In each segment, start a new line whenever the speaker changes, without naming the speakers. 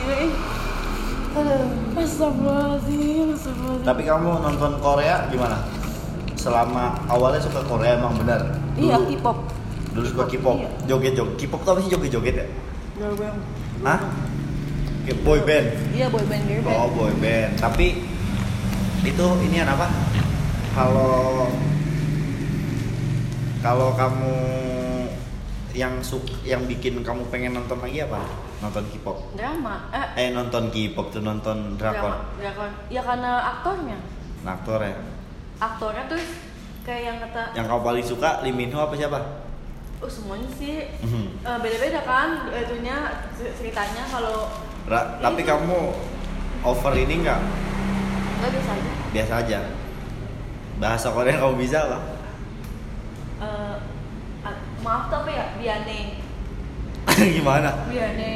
Iya, eh. Astagfirullahaladzim, astagfirullahaladzim.
Tapi kamu nonton Korea gimana? Selama awalnya suka Korea emang benar.
Iya,
Dulu-
K-pop.
Dulu suka K-pop,
Iya.
joget-joget. K-pop tuh apa sih joget-joget ya?
Girl band.
Hah? Kayak Boy band.
Iya, boy band, girl band.
Oh, boy band. Tapi itu ini apa? Kalau kalau kamu yang suk yang bikin kamu pengen nonton lagi apa? Nonton K-pop.
Drama. Eh,
Eh nonton K-pop tuh nonton
drama.
drakor.
Drakor. Ya karena aktornya.
Aktor ya.
Aktornya tuh kayak yang kata,
Yang kamu paling suka Lee Min Ho apa siapa?
oh semuanya sih
Mhm.
eh, beda-beda kan itunya ceritanya kalau
Ra- tapi kamu over ini nggak?
nggak bisa aja.
Biasa aja. Bahasa Korea kamu bisa lah.
Eh, ah, maaf tapi ya biane,
Gimana?
biane,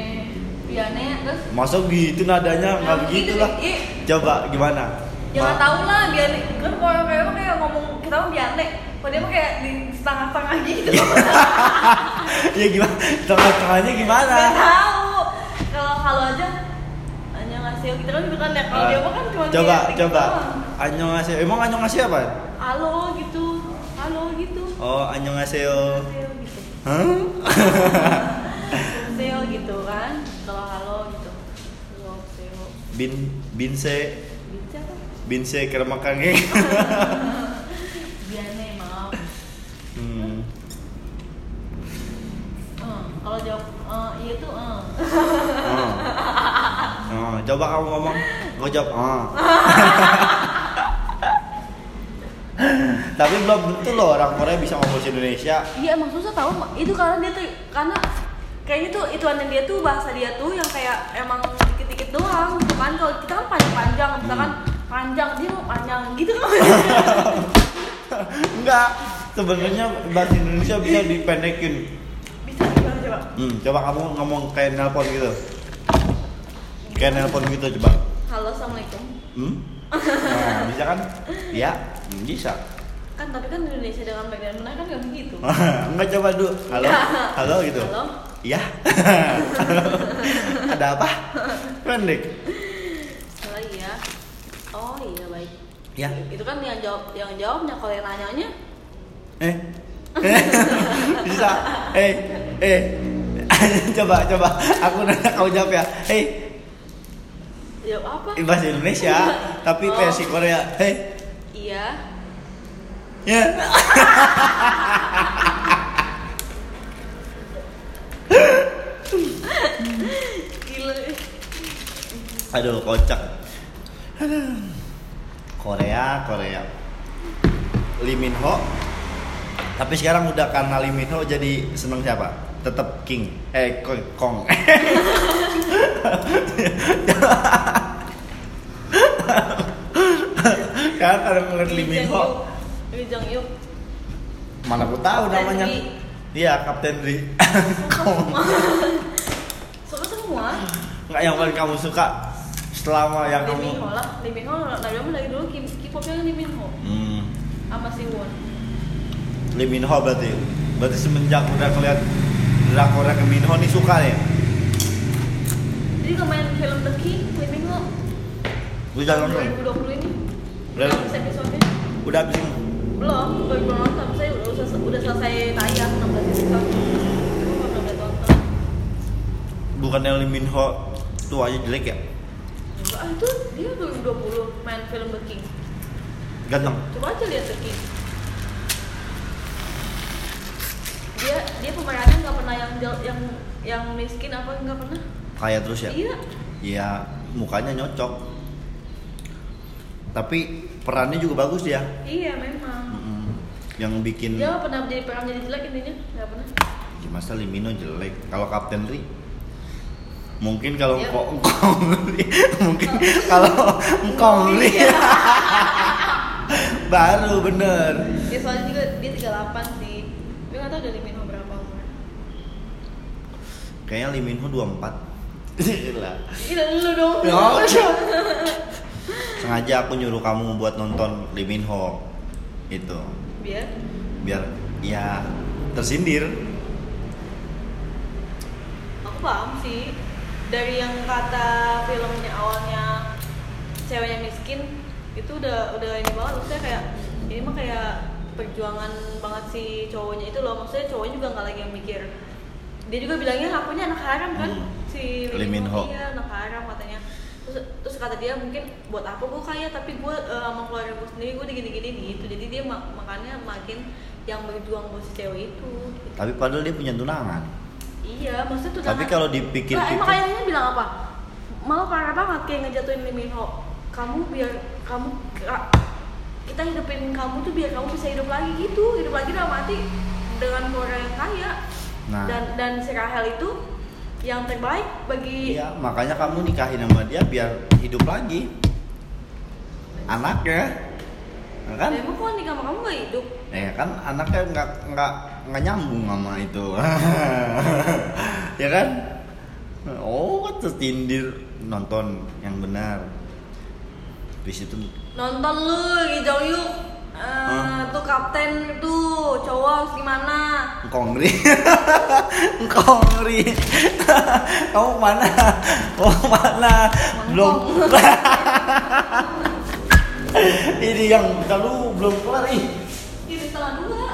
biane terus
Masa gitu nadanya nggak
Nah,
begitu
gitu,
lah.
Ih,
Coba gimana?
Jangan
Ma-
ya tahu lah biane. Kan kalau kayak mah kayak ngomong kita mah biane. Kalau dia mah kayak di setengah-setengah gitu.
ya gimana? Tengah-tengahnya gimana?
Nggak tahu. Kalau kalau aja hanya ngasih kita kan gitu kan ya. Kalau dia mah kan cuma
Ah, coba
kayak
coba.
doang.
Annyeonghaseyo. Emang annyeonghaseyo apa?
Halo gitu. Halo gitu.
Oh, annyeonghaseyo.
Seo gitu.
Hah?
Seo gitu kan. Kalau halo gitu. Halo seo.
Bin binse
Bisa kan?
binse kermakange.
Biane Iya, maaf.
hmm.
Eh, kalau jawab eh, iya tuh eh.
Oh. Oh, coba kamu ngomong, gue jawab. Oh. Tapi belum tentu loh orang Korea bisa ngomong bahasa Indonesia.
Iya emang susah tau Ma. itu karena dia tuh karena kayaknya tuh ituannya dia tuh bahasa dia tuh yang kayak emang dikit-dikit doang gitu kan kalau kita kan panjang-panjang misalkan panjang dia mau panjang gitu kan
Enggak, sebenarnya bahasa Indonesia bisa dipendekin.
bisa gimana coba
Hmm, coba kamu ngomong kayak nelpon gitu. Kayak nelpon gitu coba.
halo assalamualaikum
Hmm? Nah, bisa kan? Iya, bisa.
kan tapi kan Indonesia dengan bagian mana kan nggak begitu
Enggak coba dulu. Halo. Halo gitu.
Halo.
Iya. Ada apa? Pendek.
salah ya oh iya baik
Ya.
itu kan yang jawab yang jawabnya kalau yang nanyanya
Eh. Bisa. Eh. Eh. coba coba aku nanya kau jawab ya. Hei,
jawab apa
ini bahasa Indonesia tapi
Oh.
versi Korea. Hei.
iya
Ya.
gila
Aduh, kocak. Aduh. Korea, Korea. Lee Min Ho. Tapi sekarang udah karena Lee Min Ho jadi seneng siapa? Tetap King. Eh, Kong. Kong. kan ada ngeliat Lee Min Ho.
Lee Jong Yuk
Mana aku tahu
Kapten
namanya.
Lee.
Iya, Kapten Lee. Kong.
suka semua
Enggak yang paling kamu suka selama yang
Lee Min
kamu
Ho lah, Lee Min Ho, dari dulu dari dulu Kim- K-popnya kan Lee Min Ho
Hmm.
sama si Won.
Lee Min Ho berarti berarti semenjak udah ngeliat drakor ke Min Ho nih suka ya? nih
Jadi kalau main film The King, Lee Min Ho
lu jangan nonton
2020 ini
Belum.
belum episode
udah abis ini
belum, baru belum nonton. Saya udah udah, udah selesai tayang 16 episode. Belum udah nonton.
bukannya Lee Min Ho tuanya jelek ya
Enggak, ah, itu dia 2020 main film The King.
ganteng
Coba aja lihat The King. Dia dia pemerannya nggak pernah yang jel- yang yang miskin apa nggak pernah?
kaya terus ya
Iya.
iya mukanya nyocok tapi perannya juga bagus ya
Iya memang.
Mm-mm. yang bikin
Dia nggak pernah jadi pernah jadi jelek intinya nggak pernah.
Ya, masa Lee Min Ho jelek kalau Kapten Ri mungkin kalau
Ya.
engkong engkong Ri. mungkin kalau engkong Ri.
Iya.
baru bener
Ya soalnya juga dia 38 sih. Tapi nggak tahu dari Minho berapa umur.
Kayaknya Lee Min Ho 24 Gila
Gila lu dong.
Ya, Sengaja aku nyuruh kamu buat nonton Lee Min Ho Itu
Biar
Biar ya tersindir
aku paham sih dari yang kata filmnya awalnya ceweknya miskin itu udah udah ini banget maksudnya kayak ini mah kayak perjuangan banget si cowoknya itu loh maksudnya cowoknya juga nggak lagi yang mikir dia juga bilangnya lakunya anak haram kan
Hmm.
si
Lee Min Ho.
iya anak haram katanya terus terus kata dia mungkin buat apa gue kaya tapi gue eh, sama keluarga gue sendiri gue digini-gini gitu jadi dia mak- makanya makin yang berjuang buat si cewek itu gitu.
Tapi padahal dia punya tunangan.
Iya, maksudnya tuh
Tapi
jangan-
kalau gitu- dipikir-pikir-
Lah, emang ayahnya bilang apa? Malah parah banget kayak ngejatuhin Liminho. Kamu biar kamu ka- kita hidupin kamu tuh biar kamu bisa hidup lagi gitu, hidup lagi dalam mati dengan keluarga yang kaya.
Nah.
Dan dan si Rahel itu yang terbaik bagi
Iya, makanya kamu nikahin sama dia biar hidup lagi. Anaknya, ya kan?
Dan emang kok nikah sama kamu gak hidup?
Ya kan anaknya nggak nggak nggak nyambung sama itu, ya kan? Oh, tertindir nonton yang benar. Di situ
Nonton lu Lee Jong Yuk Eh,
Hah?
tuh kapten tuh cowok harus gimana?
Kongri, Kongri, kamu mana? Kamu mana? Belum. Ini yang kalau belum kelar ih.
Ini setengah dua.